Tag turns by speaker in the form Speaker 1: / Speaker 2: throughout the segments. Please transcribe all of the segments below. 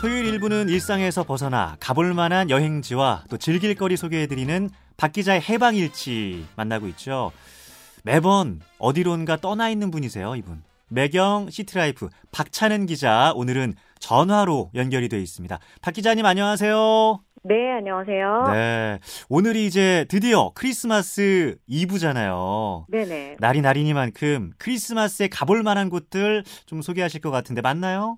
Speaker 1: 토요일 일부는 일상에서 벗어나 가볼 만한 여행지와 또 즐길 거리 소개해드리는 박 기자의 해방일치 만나고 있죠. 매번 어디론가 떠나 있는 분이세요, 이분. 매경 시티라이프 박찬은 기자 오늘은 전화로 연결이 되어 있습니다. 박 기자님 안녕하세요.
Speaker 2: 네, 안녕하세요.
Speaker 1: 네. 오늘이 이제 드디어 크리스마스 이브잖아요.
Speaker 2: 네, 네.
Speaker 1: 날이 날이니만큼 크리스마스에 가볼 만한 곳들 좀 소개하실 것 같은데 맞나요?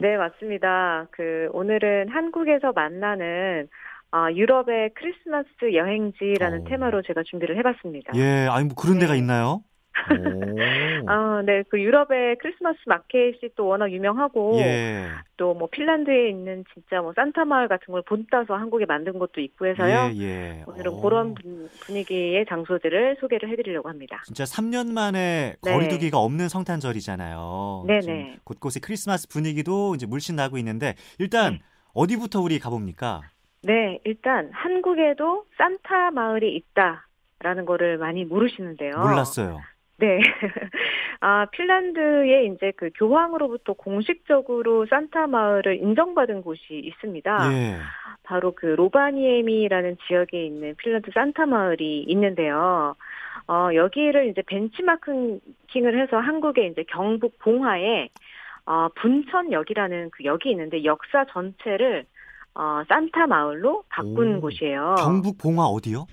Speaker 2: 네, 맞습니다. 그 오늘은 한국에서 만나는 아, 유럽의 크리스마스 여행지라는
Speaker 1: 오.
Speaker 2: 테마로 제가 준비를 해 봤습니다.
Speaker 1: 어. 예, 아니 뭐 그런
Speaker 2: 네.
Speaker 1: 데가 있나요? 오.
Speaker 2: 아, 네. 그 유럽의 크리스마스 마켓이 또 워낙 유명하고
Speaker 1: 예.
Speaker 2: 또 뭐 핀란드에 있는 진짜 뭐 산타 마을 같은 걸 본따서 한국에 만든 곳도 있고 해서요.
Speaker 1: 예, 예.
Speaker 2: 오늘은
Speaker 1: 오.
Speaker 2: 그런 분- 분위기의 장소들을 소개를 해 드리려고 합니다.
Speaker 1: 진짜 3년 만에
Speaker 2: 네.
Speaker 1: 거리두기가 없는 성탄절이잖아요.
Speaker 2: 네네.
Speaker 1: 지금 곳곳에 크리스마스 분위기도 이제 물씬 나고 있는데 일단
Speaker 2: 네.
Speaker 1: 어디부터 우리 가봅니까?
Speaker 2: 네, 일단 한국에도 산타 마을이 있다라는 거를 많이 모르시는데요.
Speaker 1: 몰랐어요.
Speaker 2: 네. 아, 핀란드에 이제 그 교황으로부터 공식적으로 산타 마을을 인정받은 곳이 있습니다.
Speaker 1: 예.
Speaker 2: 바로 그 로바니에미라는 지역에 있는 핀란드 산타 마을이 있는데요. 어, 여기를 이제 벤치마킹을 해서 한국의 이제 경북 봉화에 어, 분천역이라는 그 역이 있는데 역사 전체를 어, 산타 마을로 바꾼
Speaker 1: 오,
Speaker 2: 곳이에요.
Speaker 1: 경북 봉화 어디요?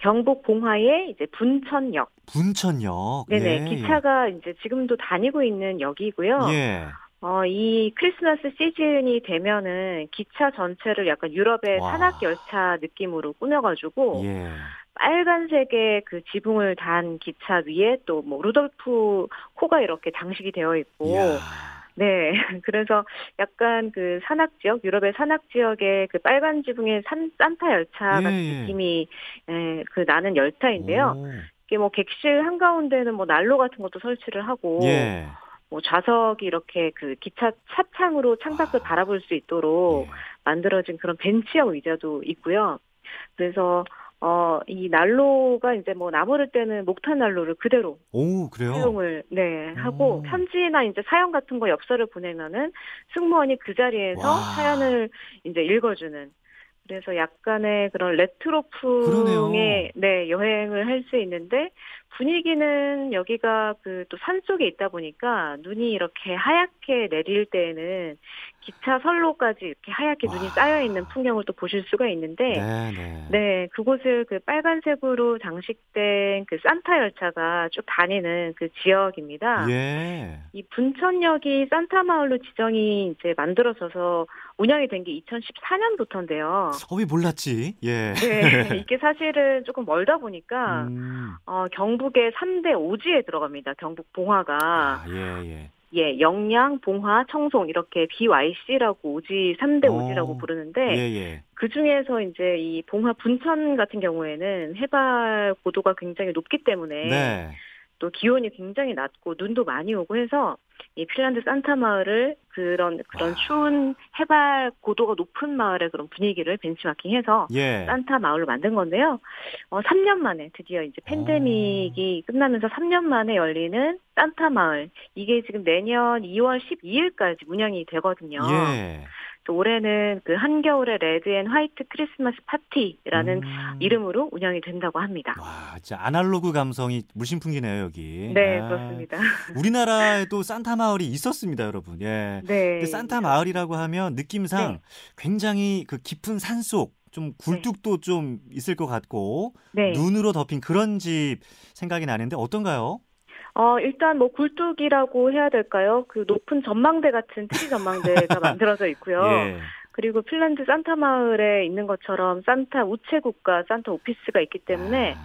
Speaker 2: 경북 봉화의 이제 분천역.
Speaker 1: 분천역. 예.
Speaker 2: 네네 기차가 이제 지금도 다니고 있는 역이고요.
Speaker 1: 예.
Speaker 2: 어, 이 크리스마스 시즌이 되면은 기차 전체를 약간 유럽의
Speaker 1: 와.
Speaker 2: 산악 열차 느낌으로 꾸며가지고
Speaker 1: 예.
Speaker 2: 빨간색의 그 지붕을 단 기차 위에 또 뭐 루돌프 코가 이렇게 장식이 되어 있고
Speaker 1: 이야.
Speaker 2: 네 그래서 약간 그 산악 지역 유럽의 산악 지역의 그 빨간 지붕의 산 산타 열차 같은
Speaker 1: 예, 예.
Speaker 2: 느낌이 에, 그 나는 열차인데요.
Speaker 1: 오.
Speaker 2: 이게 뭐 객실 한가운데는 뭐 난로 같은 것도 설치를 하고
Speaker 1: 예.
Speaker 2: 뭐 좌석이 이렇게 그 기차 차창으로 창밖을
Speaker 1: 와.
Speaker 2: 바라볼 수 있도록
Speaker 1: 아. 예.
Speaker 2: 만들어진 그런 벤치형 의자도 있고요. 그래서 어 이 난로가 이제 뭐 나무를 때는 목탄 난로를 그대로
Speaker 1: 오, 그래요? 음.
Speaker 2: 사용을 네 하고
Speaker 1: 오.
Speaker 2: 편지나 이제 사연 같은 거 엽서를 보내면은 승무원이 그 자리에서
Speaker 1: 와.
Speaker 2: 사연을 이제 읽어주는 그래서 약간의 그런 레트로풍의 네 여행을 할 수 있는데 분위기는 여기가 그 또 산 속에 있다 보니까 눈이 이렇게 하얗게 내릴 때에는 기차 선로까지 이렇게 하얗게 눈이
Speaker 1: 와.
Speaker 2: 쌓여 있는 풍경을 또 보실 수가 있는데
Speaker 1: 네, 네.
Speaker 2: 네, 그곳을 그 빨간색으로 장식된 그 산타 열차가 쭉 다니는 그 지역입니다.
Speaker 1: 예.
Speaker 2: 이 분천역이 산타 마을로 지정이 이제 만들어져서 운영이 된 게 2014년부터인데요.
Speaker 1: 어, 왜 몰랐지? 예.
Speaker 2: 네, 이게 사실은 조금 멀다 보니까
Speaker 1: 음.
Speaker 2: 어, 경북의 3대 오지에 들어갑니다. 경북 봉화가
Speaker 1: 아, 예, 예.
Speaker 2: 예, 영양, 봉화, 청송 이렇게 BYC라고 오지 3대
Speaker 1: 어.
Speaker 2: 오지라고 부르는데
Speaker 1: 예, 예.
Speaker 2: 그 중에서 이제 이 봉화 분천 같은 경우에는 해발 고도가 굉장히 높기 때문에
Speaker 1: 네.
Speaker 2: 또 기온이 굉장히 낮고 눈도 많이 오고 해서 이 핀란드 산타 마을을 그런 그런
Speaker 1: 와.
Speaker 2: 추운 해발 고도가 높은 마을의 그런 분위기를 벤치마킹해서
Speaker 1: 예.
Speaker 2: 산타 마을로 만든 건데요. 어 3년 만에 드디어 이제
Speaker 1: 음.
Speaker 2: 팬데믹이 끝나면서 3년 만에 열리는 산타 마을 이게 지금 내년 2월 12일까지 운영이 되거든요.
Speaker 1: 예.
Speaker 2: 또 올해는 그 한겨울의 레드 앤 화이트 크리스마스 파티라는
Speaker 1: 음.
Speaker 2: 이름으로 운영이 된다고 합니다.
Speaker 1: 와, 진짜 아날로그 감성이 물씬 풍기네요, 여기.
Speaker 2: 네,
Speaker 1: 아,
Speaker 2: 그렇습니다.
Speaker 1: 우리나라에도 산타 마을이 있었습니다, 여러분. 예.
Speaker 2: 네.
Speaker 1: 근데 산타 마을이라고 하면 느낌상
Speaker 2: 네.
Speaker 1: 굉장히 그 깊은 산속 좀 굴뚝도 좀 있을 것 같고
Speaker 2: 네.
Speaker 1: 눈으로 덮인 그런 집 생각이 나는데 어떤가요?
Speaker 2: 어, 일단 뭐 굴뚝이라고 해야 될까요? 그 높은 전망대 같은 트리 전망대가 만들어져 있고요.
Speaker 1: 예.
Speaker 2: 그리고 핀란드 산타 마을에 있는 것처럼 산타 우체국과 산타 오피스가 있기 때문에
Speaker 1: 아.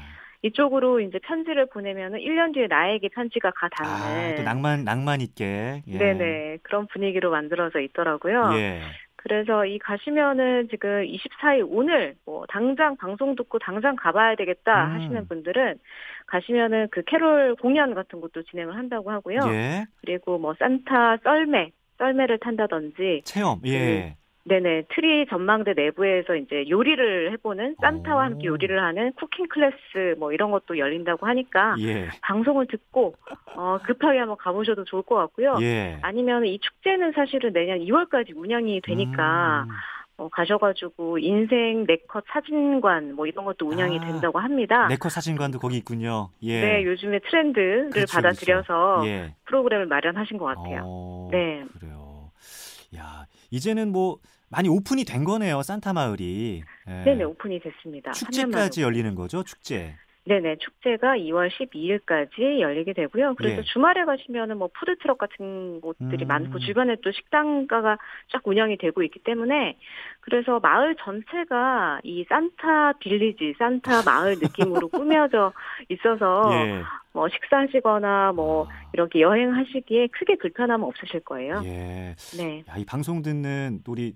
Speaker 2: 이쪽으로 이제 편지를 보내면은 1년 뒤에 나에게 편지가 가
Speaker 1: 아, 아,
Speaker 2: 닿는
Speaker 1: 또 낭만 낭만 있게. 예.
Speaker 2: 네네 그런 분위기로 만들어져 있더라고요.
Speaker 1: 예.
Speaker 2: 그래서 이 가시면은 지금 24일 오늘 뭐 당장 방송 듣고 당장 가봐야 되겠다
Speaker 1: 음.
Speaker 2: 하시는 분들은 가시면은 그 캐롤 공연 같은 것도 진행을 한다고 하고요.
Speaker 1: 예.
Speaker 2: 그리고 뭐 산타 썰매, 썰매를 탄다든지
Speaker 1: 체험. 예.
Speaker 2: 네네 트리 전망대 내부에서 이제 요리를 해보는 산타와
Speaker 1: 오.
Speaker 2: 함께 요리를 하는 쿠킹 클래스 뭐 이런 것도 열린다고 하니까
Speaker 1: 예.
Speaker 2: 방송을 듣고 어, 급하게 한번 가보셔도 좋을 것 같고요.
Speaker 1: 예.
Speaker 2: 아니면 이 축제는 사실은 내년 2월까지 운영이 되니까
Speaker 1: 음.
Speaker 2: 어, 가셔가지고 인생 네컷 사진관 뭐 이런 것도 운영이
Speaker 1: 아,
Speaker 2: 된다고 합니다.
Speaker 1: 네컷 사진관도 거기 있군요. 예.
Speaker 2: 네, 요즘에 트렌드를
Speaker 1: 그렇죠,
Speaker 2: 받아들여서
Speaker 1: 예.
Speaker 2: 프로그램을 마련하신 것 같아요.
Speaker 1: 어,
Speaker 2: 네.
Speaker 1: 그래요. 야, 이제는 뭐 많이 오픈이 된 거네요. 산타 마을이. 예.
Speaker 2: 네네 오픈이 됐습니다.
Speaker 1: 축제까지 열리는 거죠. 축제.
Speaker 2: 네네 축제가 2월 12일까지 열리게 되고요. 그래서
Speaker 1: 예.
Speaker 2: 주말에 가시면은 뭐 푸드 트럭 같은 곳들이
Speaker 1: 음.
Speaker 2: 많고 주변에 또 식당가가 쫙 운영이 되고 있기 때문에 그래서 마을 전체가 이 산타 빌리지, 산타 마을 느낌으로 꾸며져 있어서
Speaker 1: 예.
Speaker 2: 뭐 식사하시거나 뭐
Speaker 1: 아,
Speaker 2: 이렇게 여행하시기에 크게 불편함은 없으실 거예요.
Speaker 1: 예.
Speaker 2: 네.
Speaker 1: 야, 이 방송 듣는 우리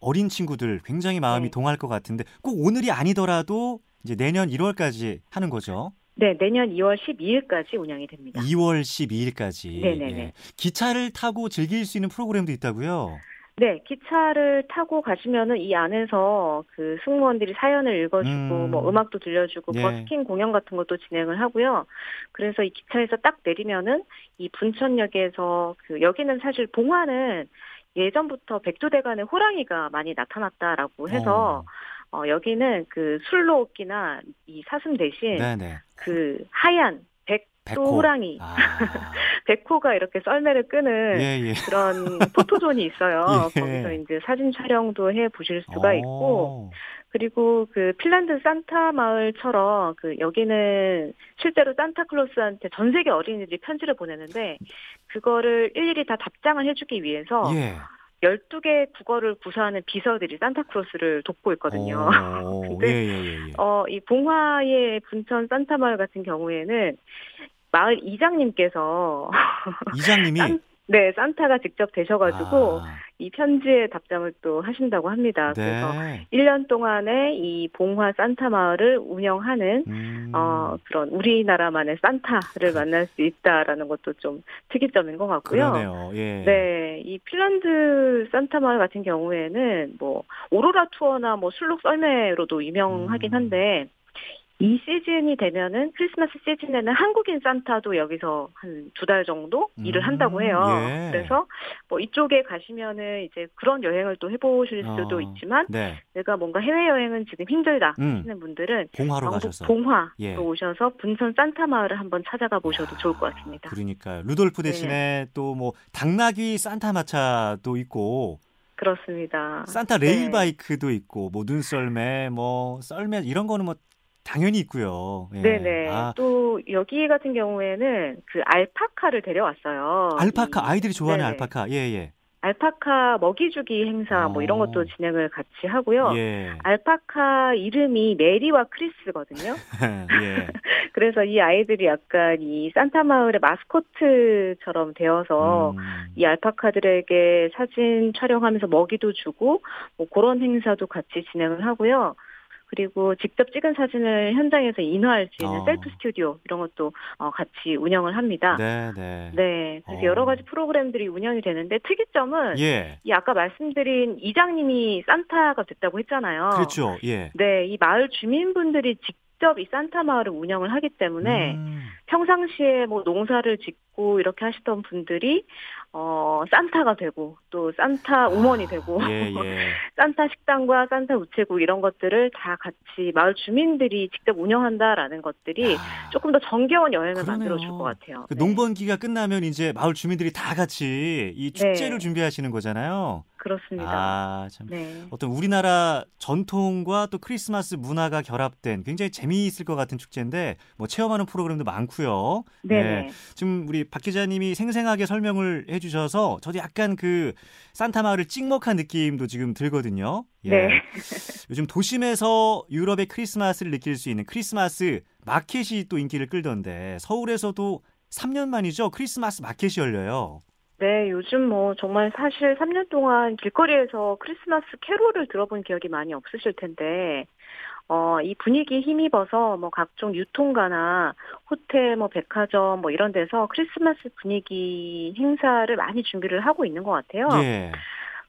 Speaker 1: 어린 친구들 굉장히 마음이
Speaker 2: 네.
Speaker 1: 동할 것 같은데 꼭 오늘이 아니더라도 이제 내년 1월까지 하는 거죠.
Speaker 2: 네, 내년 2월 12일까지 운영이 됩니다.
Speaker 1: 2월 12일까지. 예.
Speaker 2: 네네네.
Speaker 1: 기차를 타고 즐길 수 있는 프로그램도 있다고요.
Speaker 2: 네, 기차를 타고 가시면은 이 안에서 그 승무원들이 사연을 읽어주고
Speaker 1: 음.
Speaker 2: 뭐 음악도 들려주고
Speaker 1: 예.
Speaker 2: 버스킹 공연 같은 것도 진행을 하고요. 그래서 이 기차에서 딱 내리면은 이 분천역에서 그 여기는 사실 봉화는 예전부터 백두대간에 호랑이가 많이 나타났다라고 해서 어, 여기는 그 술록이나 이 사슴
Speaker 1: 어,
Speaker 2: 대신
Speaker 1: 네네.
Speaker 2: 그 하얀 백두
Speaker 1: 백호.
Speaker 2: 호랑이
Speaker 1: 아,
Speaker 2: 백호가 이렇게 썰매를 끄는
Speaker 1: 예, 예.
Speaker 2: 그런 포토존이 있어요.
Speaker 1: 예.
Speaker 2: 거기서 이제 사진 촬영도 해 보실
Speaker 1: 어.
Speaker 2: 수가 있고,
Speaker 1: 오,
Speaker 2: 그리고 그 핀란드 산타 마을처럼 그 여기는 실제로 산타클로스한테 전 세계 어린이들이 편지를 보내는데, 그거를 일일이 다 답장을 해주기 위해서
Speaker 1: 예.
Speaker 2: 12개 국어를 구사하는 비서들이 산타클로스를 돕고 있거든요.
Speaker 1: 오,
Speaker 2: 근데-
Speaker 1: 예, 예, 예. 예.
Speaker 2: 어, 이 봉화의 분천 산타 마을 같은 경우에는 마을 이장님께서
Speaker 1: 이장님이
Speaker 2: 딴- 네, 산타가 직접 되셔가지고 아,
Speaker 1: 아,
Speaker 2: 이 편지에 답장을 또 하신다고 합니다. 그래서
Speaker 1: 네.
Speaker 2: 1년 동안에 이 봉화 산타 마을을 운영하는
Speaker 1: 음, 그
Speaker 2: 어, 그런 우리나라만의 산타를 만날 수 있다라는 것도 좀 특이점인 것 같고요.
Speaker 1: 그러네요. 예.
Speaker 2: 네, 이 핀란드 산타 마을 같은 경우에는 뭐 오로라 투어나 뭐 술록 썰매로도 유명하긴
Speaker 1: 음.
Speaker 2: 한데 이 시즌이 되면은 크리스마스 시즌에는 한국인 산타도 여기서 한 두 달 정도 일을
Speaker 1: 음,
Speaker 2: 한다고 해요.
Speaker 1: 예.
Speaker 2: 그래서 뭐 이쪽에 가시면은 이제 그런 여행을 또 해보실 수도
Speaker 1: 어.
Speaker 2: 있지만
Speaker 1: 네.
Speaker 2: 내가 뭔가 해외 여행은 지금 힘들다
Speaker 1: 음.
Speaker 2: 하시는 분들은
Speaker 1: 봉화로
Speaker 2: 영국
Speaker 1: 가셔서.
Speaker 2: 봉화로
Speaker 1: 예.
Speaker 2: 오셔서 분천 산타 마을을 한번 찾아가 보셔도 좋을 것 같습니다.
Speaker 1: 그러니까 루돌프
Speaker 2: 네.
Speaker 1: 대신에 또 뭐 당나귀 산타 마차도 있고
Speaker 2: 그렇습니다.
Speaker 1: 산타
Speaker 2: 네.
Speaker 1: 레일 바이크도 있고 뭐 눈썰매 뭐 썰매 이런 거는 뭐 당연히 있고요. 예.
Speaker 2: 네네.
Speaker 1: 아,
Speaker 2: 또 여기 같은 경우에는 그 알파카를 데려왔어요.
Speaker 1: 알파카
Speaker 2: 이-
Speaker 1: 아이들이 좋아하는
Speaker 2: 네네.
Speaker 1: 알파카. 예예.
Speaker 2: 알파카 먹이주기 행사 뭐 이런
Speaker 1: 어.
Speaker 2: 것도 진행을 같이 하고요.
Speaker 1: 예.
Speaker 2: 알파카 이름이 메리와 크리스거든요.
Speaker 1: 예.
Speaker 2: 그래서 이 아이들이 약간 이 산타 마을의 마스코트처럼 되어서
Speaker 1: 음.
Speaker 2: 이 알파카들에게 사진 촬영하면서 먹이도 주고 뭐 그런 행사도 같이 진행을 하고요. 그리고 직접 찍은 사진을 현장에서 인화할 수 있는
Speaker 1: 어.
Speaker 2: 셀프 스튜디오 이런 것도 어, 같이 운영을 합니다.
Speaker 1: 네네.
Speaker 2: 네, 그래서
Speaker 1: 어.
Speaker 2: 여러 가지 프로그램들이 운영이 되는데 특이점은
Speaker 1: 예.
Speaker 2: 이 아까 말씀드린 이장님이 산타가 됐다고 했잖아요.
Speaker 1: 그렇죠. 예.
Speaker 2: 네, 이 마을 주민분들이 직접 이 산타 마을을 운영을 하기 때문에
Speaker 1: 음.
Speaker 2: 평상시에 뭐 농사를 짓고 이렇게 하시던 분들이 어 산타가 되고 또
Speaker 1: 아.
Speaker 2: 산타 우먼이 되고
Speaker 1: 예, 예.
Speaker 2: 산타 식당과 산타 우체국 이런 것들을 다 같이 마을 주민들이 직접 운영한다라는 것들이
Speaker 1: 아,
Speaker 2: 조금 더 정겨운 여행을
Speaker 1: 그러네요.
Speaker 2: 만들어 줄 것 같아요.
Speaker 1: 그
Speaker 2: 네.
Speaker 1: 농번기가 끝나면 이제 마을 주민들이 다 같이 이 축제를
Speaker 2: 네.
Speaker 1: 준비하시는 거잖아요.
Speaker 2: 그렇습니다.
Speaker 1: 아, 참.
Speaker 2: 네.
Speaker 1: 어떤 우리나라 전통과 또 크리스마스 문화가 결합된 굉장히 재미있을 것 같은 축제인데 뭐 체험하는 프로그램도 많고요.
Speaker 2: 네.
Speaker 1: 네. 지금 우리 박 기자님이 생생하게 설명을 해주셔서 저도 약간 그 산타 마을을 찍먹한 느낌도 지금 들거든요. 예.
Speaker 2: 네.
Speaker 1: 요즘 도심에서 유럽의 크리스마스를 느낄 수 있는 크리스마스 마켓이 또 인기를 끌던데 서울에서도 3년 만이죠 크리스마스 마켓이 열려요.
Speaker 2: 네, 요즘 뭐 정말 사실 3년 동안 길거리에서 크리스마스 캐롤을 들어본 기억이 많이 없으실 텐데, 어, 이 분위기 힘입어서 뭐 각종 유통가나 호텔, 뭐 백화점 뭐 이런 어. 데서 크리스마스 분위기 행사를 많이 준비를 하고 있는 것 같아요.
Speaker 1: 예.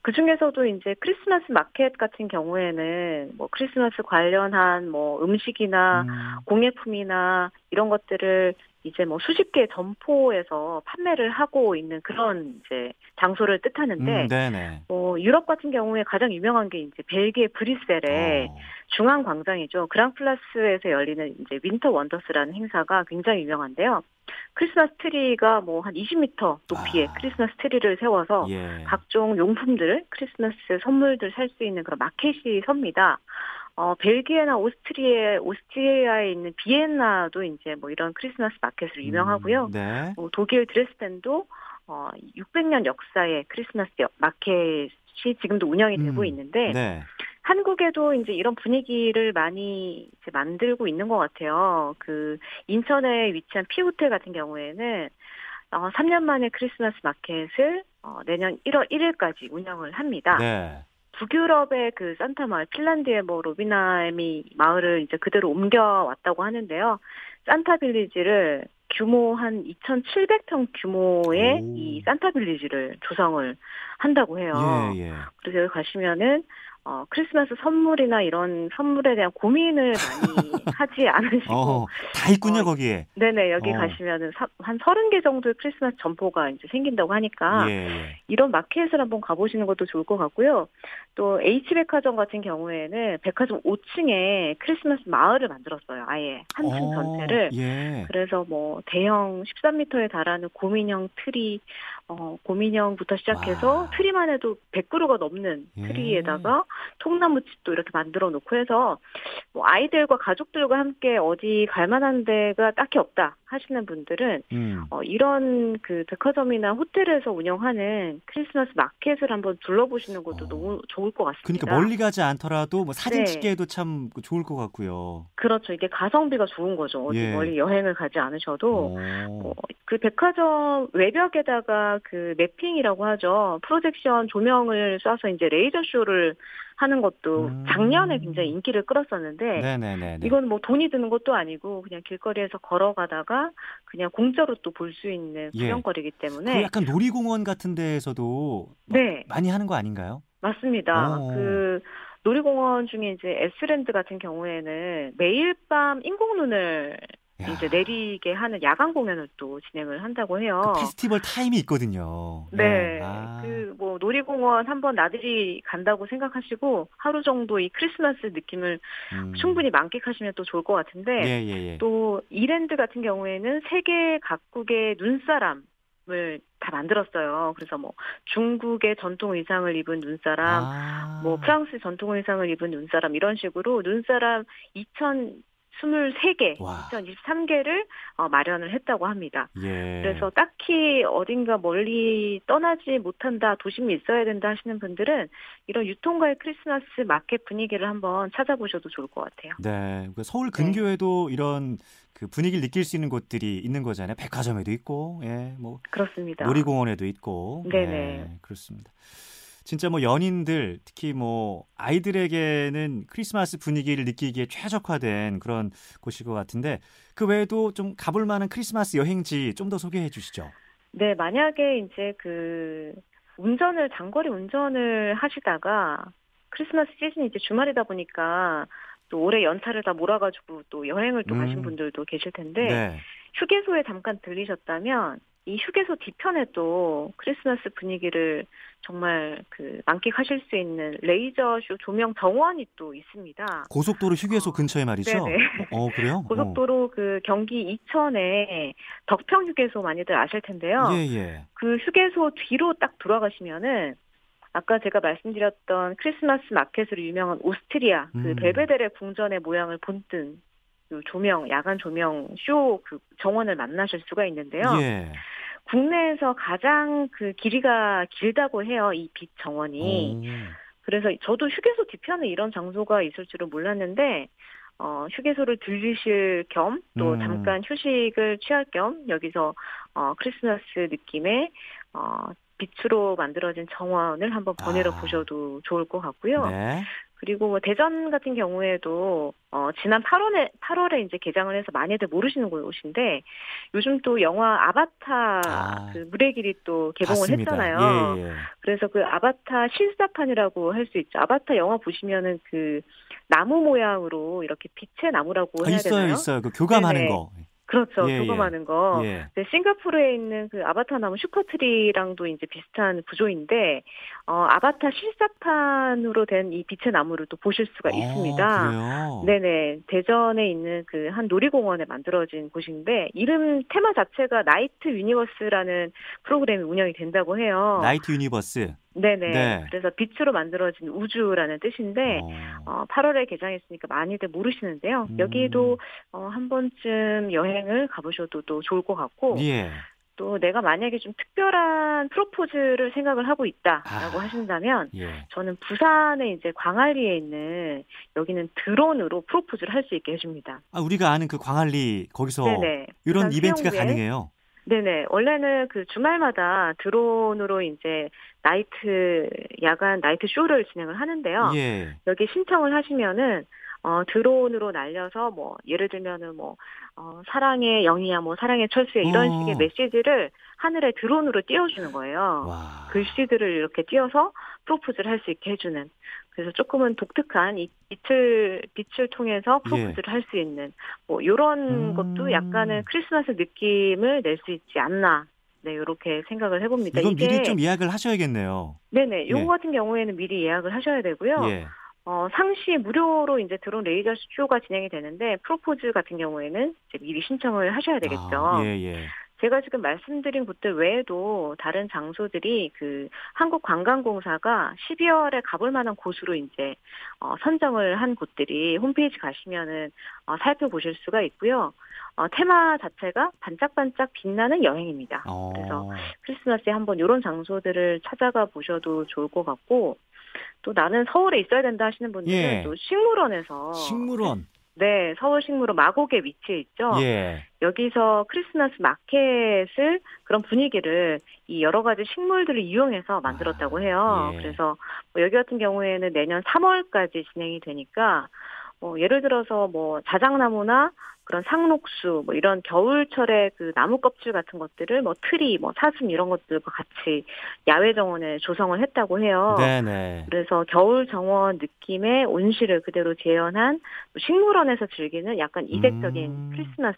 Speaker 2: 그 중에서도 이제 크리스마스 마켓 같은 경우에는 뭐 크리스마스 관련한 뭐 음식이나
Speaker 1: 음,
Speaker 2: 공예품이나 이런 것들을 이제 뭐 수십 개 점포에서 판매를 하고 있는 그런 이제 장소를 뜻하는데
Speaker 1: 음, 네네.
Speaker 2: 뭐 유럽 같은 경우에 가장 유명한 게 이제 벨기에 브뤼셀의
Speaker 1: 어.
Speaker 2: 중앙 광장이죠. 그랑플라스에서 열리는 이제 윈터 원더스라는 행사가 굉장히 유명한데요. 크리스마스 트리가 뭐 한 20m 높이의
Speaker 1: 아.
Speaker 2: 크리스마스 트리를 세워서
Speaker 1: 예.
Speaker 2: 각종 용품들, 크리스마스 선물들 살 수 있는 그런 마켓이 섭니다. 어, 벨기에나 오스트리아, 오스트리아에 있는 비엔나도 이제 뭐 이런 크리스마스 마켓으로 유명하고요.
Speaker 1: 음, 네.
Speaker 2: 어, 독일 드레스덴도 어, 600년 역사의 크리스마스 역- 마켓이 지금도 운영이 되고
Speaker 1: 음,
Speaker 2: 있는데
Speaker 1: 네.
Speaker 2: 한국에도 이제 이런 분위기를 많이 이제 만들고 있는 것 같아요. 그 인천에 위치한 피호텔 같은 경우에는 어, 3년 만에 크리스마스 마켓을 어, 내년 1월 1일까지 운영을 합니다.
Speaker 1: 네.
Speaker 2: 북유럽의 그 산타 마을, 핀란드의 뭐 로비나미 마을을 이제 그대로 옮겨왔다고 하는데요. 산타 빌리지를 규모 한 2,700평 규모의
Speaker 1: 오.
Speaker 2: 이 산타 빌리지를 조성을 한다고 해요.
Speaker 1: 예, 예.
Speaker 2: 그래서 여기 가시면은 어, 크리스마스 선물이나 이런 선물에 대한 고민을 많이 하지 않으시고
Speaker 1: 어, 다 있군요,
Speaker 2: 어,
Speaker 1: 거기에.
Speaker 2: 네네 여기
Speaker 1: 어.
Speaker 2: 가시면은 사- 한 서른 개 정도의 크리스마스 점포가 이제 생긴다고 하니까
Speaker 1: 예, 예.
Speaker 2: 이런 마켓을 한번 가보시는 것도 좋을 것 같고요. 또 H 백화점 같은 경우에는 백화점 5층에 크리스마스 마을을 만들었어요. 아예 한 층
Speaker 1: 어,
Speaker 2: 전체를.
Speaker 1: 예.
Speaker 2: 그래서 뭐 대형 13m에 달하는 고민형 트리, 어, 고민형부터 시작해서
Speaker 1: 와.
Speaker 2: 트리만 해도 100그루가 넘는
Speaker 1: 예.
Speaker 2: 트리에다가 통나무집도 이렇게 만들어 놓고 해서 뭐 아이들과 가족들과 함께 어디 갈 만한 데가 딱히 없다 하시는 분들은
Speaker 1: 음.
Speaker 2: 어, 이런 그 백화점이나 호텔에서 운영하는 크리스마스 마켓을 한번 둘러보시는 것도
Speaker 1: 어.
Speaker 2: 너무 좋을 것 같습니다.
Speaker 1: 그러니까 멀리 가지 않더라도 뭐 사진
Speaker 2: 네.
Speaker 1: 찍기에도 참 좋을 것 같고요.
Speaker 2: 그렇죠. 이게 가성비가 좋은 거죠. 어디
Speaker 1: 예.
Speaker 2: 멀리 여행을 가지 않으셔도
Speaker 1: 오.
Speaker 2: 어, 그 백화점 외벽에다가 그 매핑이라고 하죠. 프로젝션 조명을 쏴서 이제 레이저 쇼를 하는 것도
Speaker 1: 음.
Speaker 2: 작년에 굉장히 인기를 끌었었는데
Speaker 1: 네네네.
Speaker 2: 이건 뭐 돈이 드는 것도 아니고 그냥 길거리에서 걸어가다가 그냥 공짜로 또 볼 수 있는
Speaker 1: 예.
Speaker 2: 구경거리이기
Speaker 1: 그
Speaker 2: 때문에
Speaker 1: 약간 놀이공원 같은 데에서도 막
Speaker 2: 네
Speaker 1: 많이 하는 거 아닌가요?
Speaker 2: 맞습니다.
Speaker 1: 오.
Speaker 2: 그 놀이공원 중에 이제 에스랜드 같은 경우에는 매일 밤 인공눈을
Speaker 1: 야,
Speaker 2: 이제 내리게 하는 야간 공연을 또 진행을 한다고 해요.
Speaker 1: 그 페스티벌 타임이 있거든요.
Speaker 2: 네.
Speaker 1: 아,
Speaker 2: 그 뭐 놀이공원 한번 나들이 간다고 생각하시고 하루 정도 이 크리스마스 느낌을
Speaker 1: 음.
Speaker 2: 충분히 만끽하시면 또 좋을 것 같은데
Speaker 1: 예, 예, 예.
Speaker 2: 또 이랜드 같은 경우에는 세계 각국의 눈사람을 다 만들었어요. 그래서 뭐 중국의 전통 의상을 입은 눈사람,
Speaker 1: 아.
Speaker 2: 뭐 프랑스 전통 의상을 입은 눈사람 이런 식으로 눈사람 2023개,
Speaker 1: 와.
Speaker 2: 2023개를 어, 마련을 했다고 합니다.
Speaker 1: 예.
Speaker 2: 그래서 딱히 어딘가 멀리 떠나지 못한다, 도심이 있어야 된다 하시는 분들은 이런 유통가의 크리스마스 마켓 분위기를 한번 찾아보셔도 좋을 것 같아요.
Speaker 1: 네, 그러니까 서울 근교에도 이런 그 분위기를 느낄 수 있는 곳들이 있는 거잖아요. 백화점에도 있고, 예, 뭐
Speaker 2: 그렇습니다.
Speaker 1: 놀이공원에도 있고.
Speaker 2: 그렇죠. 네네.
Speaker 1: 예, 그렇습니다. 진짜 뭐 연인들, 특히 뭐 아이들에게는 크리스마스 분위기를 느끼기에 최적화된 그런 곳일 것 같은데 그 외에도 좀 가볼 만한 크리스마스 여행지 좀 더 소개해 주시죠.
Speaker 2: 네, 만약에 이제 그 운전을 장거리 운전을 하시다가 크리스마스 시즌이 이제 주말이다 보니까 또 올해 연차를 다 몰아가지고 또 여행을 또
Speaker 1: 음. 네.
Speaker 2: 가신 분들도 계실 텐데 휴게소에 잠깐 들리셨다면 이 휴게소 뒤편에 또 크리스마스 분위기를 정말 그 만끽하실 수 있는 레이저 쇼 조명 정원이 또 있습니다.
Speaker 1: 고속도로 휴게소
Speaker 2: 어,
Speaker 1: 근처에 말이죠.
Speaker 2: 네네.
Speaker 1: 어, 어, 그래요?
Speaker 2: 고속도로 그 경기 이천에 덕평 휴게소 많이들 아실 텐데요.
Speaker 1: 어. 예, 예.
Speaker 2: 그 휴게소 뒤로 딱 돌아가시면은 아까 제가 말씀드렸던 크리스마스 마켓으로 유명한 오스트리아 그
Speaker 1: 음.
Speaker 2: 벨베데레 궁전의 모양을 본뜬 그 조명 야간 조명 쇼 그 정원을 만나실 수가 있는데요.
Speaker 1: 예.
Speaker 2: 국내에서 가장 그 길이가 길다고 해요 이 빛 정원이.
Speaker 1: 오.
Speaker 2: 그래서 저도 휴게소 뒤편에 이런 장소가 있을 줄은 몰랐는데 어, 휴게소를 들리실 겸 또
Speaker 1: 음.
Speaker 2: 잠깐 휴식을 취할 겸 여기서 어, 크리스마스 느낌의 어, 빛으로 만들어진 정원을 한번
Speaker 1: 아.
Speaker 2: 번외로 보셔도 좋을 것 같고요.
Speaker 1: 네.
Speaker 2: 그리고 뭐 대전 같은 경우에도 어 지난 8월에 8월에 이제 개장을 해서 많이들 모르시는 곳인데 요즘 또 영화 아바타
Speaker 1: 아.
Speaker 2: 그 물의 길이 또 개봉을
Speaker 1: 봤습니다.
Speaker 2: 했잖아요.
Speaker 1: 예, 예.
Speaker 2: 그래서 그 아바타 실사판이라고 할 수 있죠. 아바타 영화 보시면은 그 나무 모양으로 이렇게 빛의 나무라고
Speaker 1: 아,
Speaker 2: 뭐 해야
Speaker 1: 있어요,
Speaker 2: 되나요?
Speaker 1: 있어요. 그 교감하는
Speaker 2: 네네.
Speaker 1: 거.
Speaker 2: 그렇죠.
Speaker 1: 예,
Speaker 2: 그거
Speaker 1: 예.
Speaker 2: 많은 거.
Speaker 1: 예.
Speaker 2: 네, 싱가포르에 있는 그 아바타 나무 슈퍼트리랑도 이제 비슷한 구조인데 어, 아바타 실사판으로 된 이 빛의 나무를 또 보실 수가
Speaker 1: 아,
Speaker 2: 뭐 있습니다.
Speaker 1: 그래요.
Speaker 2: 네네 대전에 있는 그 한 놀이공원에 만들어진 곳인데 이름 테마 자체가 나이트 유니버스라는 프로그램이 운영이 된다고 해요.
Speaker 1: 나이트 유니버스.
Speaker 2: 네네
Speaker 1: 네.
Speaker 2: 그래서 빛으로 만들어진 우주라는 뜻인데
Speaker 1: 어.
Speaker 2: 어, 8월에 개장했으니까 많이들 모르시는데요.
Speaker 1: 음.
Speaker 2: 여기도 어, 한 번쯤 여행을 가보셔도 또 좋을 것 같고
Speaker 1: 예.
Speaker 2: 또 내가 만약에 좀 특별한 프로포즈를 생각을 하고 있다라고
Speaker 1: 아.
Speaker 2: 하신다면
Speaker 1: 예.
Speaker 2: 저는 부산에 이제 광안리에 있는 여기는 드론으로 프로포즈를 할 수 있게 해줍니다.
Speaker 1: 아, 우리가 아는 그 광안리 거기서
Speaker 2: 네네.
Speaker 1: 이런
Speaker 2: 부산
Speaker 1: 이벤트가
Speaker 2: 수영구에.
Speaker 1: 가능해요.
Speaker 2: 네네. 원래는 그 주말마다 드론으로 이제 나이트 야간 나이트 쇼를 진행을 하는데요.
Speaker 1: 예.
Speaker 2: 여기 신청을 하시면은 어 드론으로 날려서 뭐 예를 들면은 뭐어 사랑의 영이야 뭐 사랑의 철수야 이런
Speaker 1: 어.
Speaker 2: 식의 메시지를 하늘에 드론으로 띄워주는 거예요.
Speaker 1: 와.
Speaker 2: 어, 글씨들을 이렇게 띄어서 프로포즈를 할 수 있게 해주는 그래서 조금은 독특한 이 빛을 빛을 통해서 프로포즈를 할 수 있는 뭐 이런
Speaker 1: 예. 음.
Speaker 2: 것도 약간은 크리스마스 느낌을 낼 수 있지 않나 네 이렇게 생각을 해봅니다.
Speaker 1: 이건
Speaker 2: 이게-
Speaker 1: 미리 좀 예약을 하셔야겠네요.
Speaker 2: 네네
Speaker 1: 예.
Speaker 2: 요거 같은 경우에는 미리 예약을 하셔야 되고요.
Speaker 1: 예.
Speaker 2: 어, 상시 무료로 이제 드론 레이저 쇼가 진행이 되는데 프로포즈 같은 경우에는 이제 미리 신청을 하셔야 되겠죠.
Speaker 1: 아, 예, 예.
Speaker 2: 제가 지금 말씀드린 곳들 외에도 다른 장소들이 그 한국관광공사가 12월에 가볼 만한 곳으로 이제 어, 선정을 한 곳들이 홈페이지 가시면은 어, 살펴보실 수가 있고요. 어, 테마 자체가 반짝반짝 빛나는 여행입니다.
Speaker 1: 어.
Speaker 2: 그래서 크리스마스에 한번 이런 장소들을 찾아가 보셔도 좋을 것 같고 또 나는 서울에 있어야 된다 하시는 분들은
Speaker 1: 예.
Speaker 2: 또 식물원에서
Speaker 1: 식물원.
Speaker 2: 네 서울 식물원 마곡에 위치해 있죠.
Speaker 1: 예.
Speaker 2: 여기서 크리스마스 마켓을 그런 분위기를 이 여러 가지 식물들을 이용해서 만들었다고 해요.
Speaker 1: 예.
Speaker 2: 그래서 뭐 여기 같은 경우에는 내년 3월까지 진행이 되니까 뭐 예를 들어서 뭐 자작나무나 그런 상록수 뭐 이런 겨울철에 그 나무 껍질 같은 것들을 뭐 트리 뭐 사슴 이런 것들과 같이 야외 정원에 조성을 했다고 해요.
Speaker 1: 네, 네.
Speaker 2: 그래서 겨울 정원 느낌의 온실을 그대로 재현한 식물원에서 즐기는 약간 이색적인
Speaker 1: 음.
Speaker 2: 크리스마스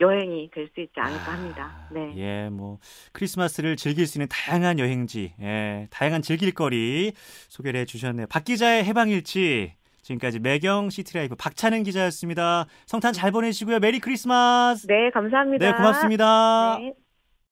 Speaker 2: 여행이 될 수 있지 않을까 합니다.
Speaker 1: 아,
Speaker 2: 네.
Speaker 1: 예, 뭐 크리스마스를 즐길 수 있는 다양한 여행지, 예, 다양한 즐길거리 소개를 해주셨네요. 박 기자의 해방일지 지금까지 매경 시티라이브 박찬은 기자였습니다. 성탄 잘 보내시고요. 메리 크리스마스.
Speaker 2: 네, 감사합니다.
Speaker 1: 네, 고맙습니다.
Speaker 2: 네.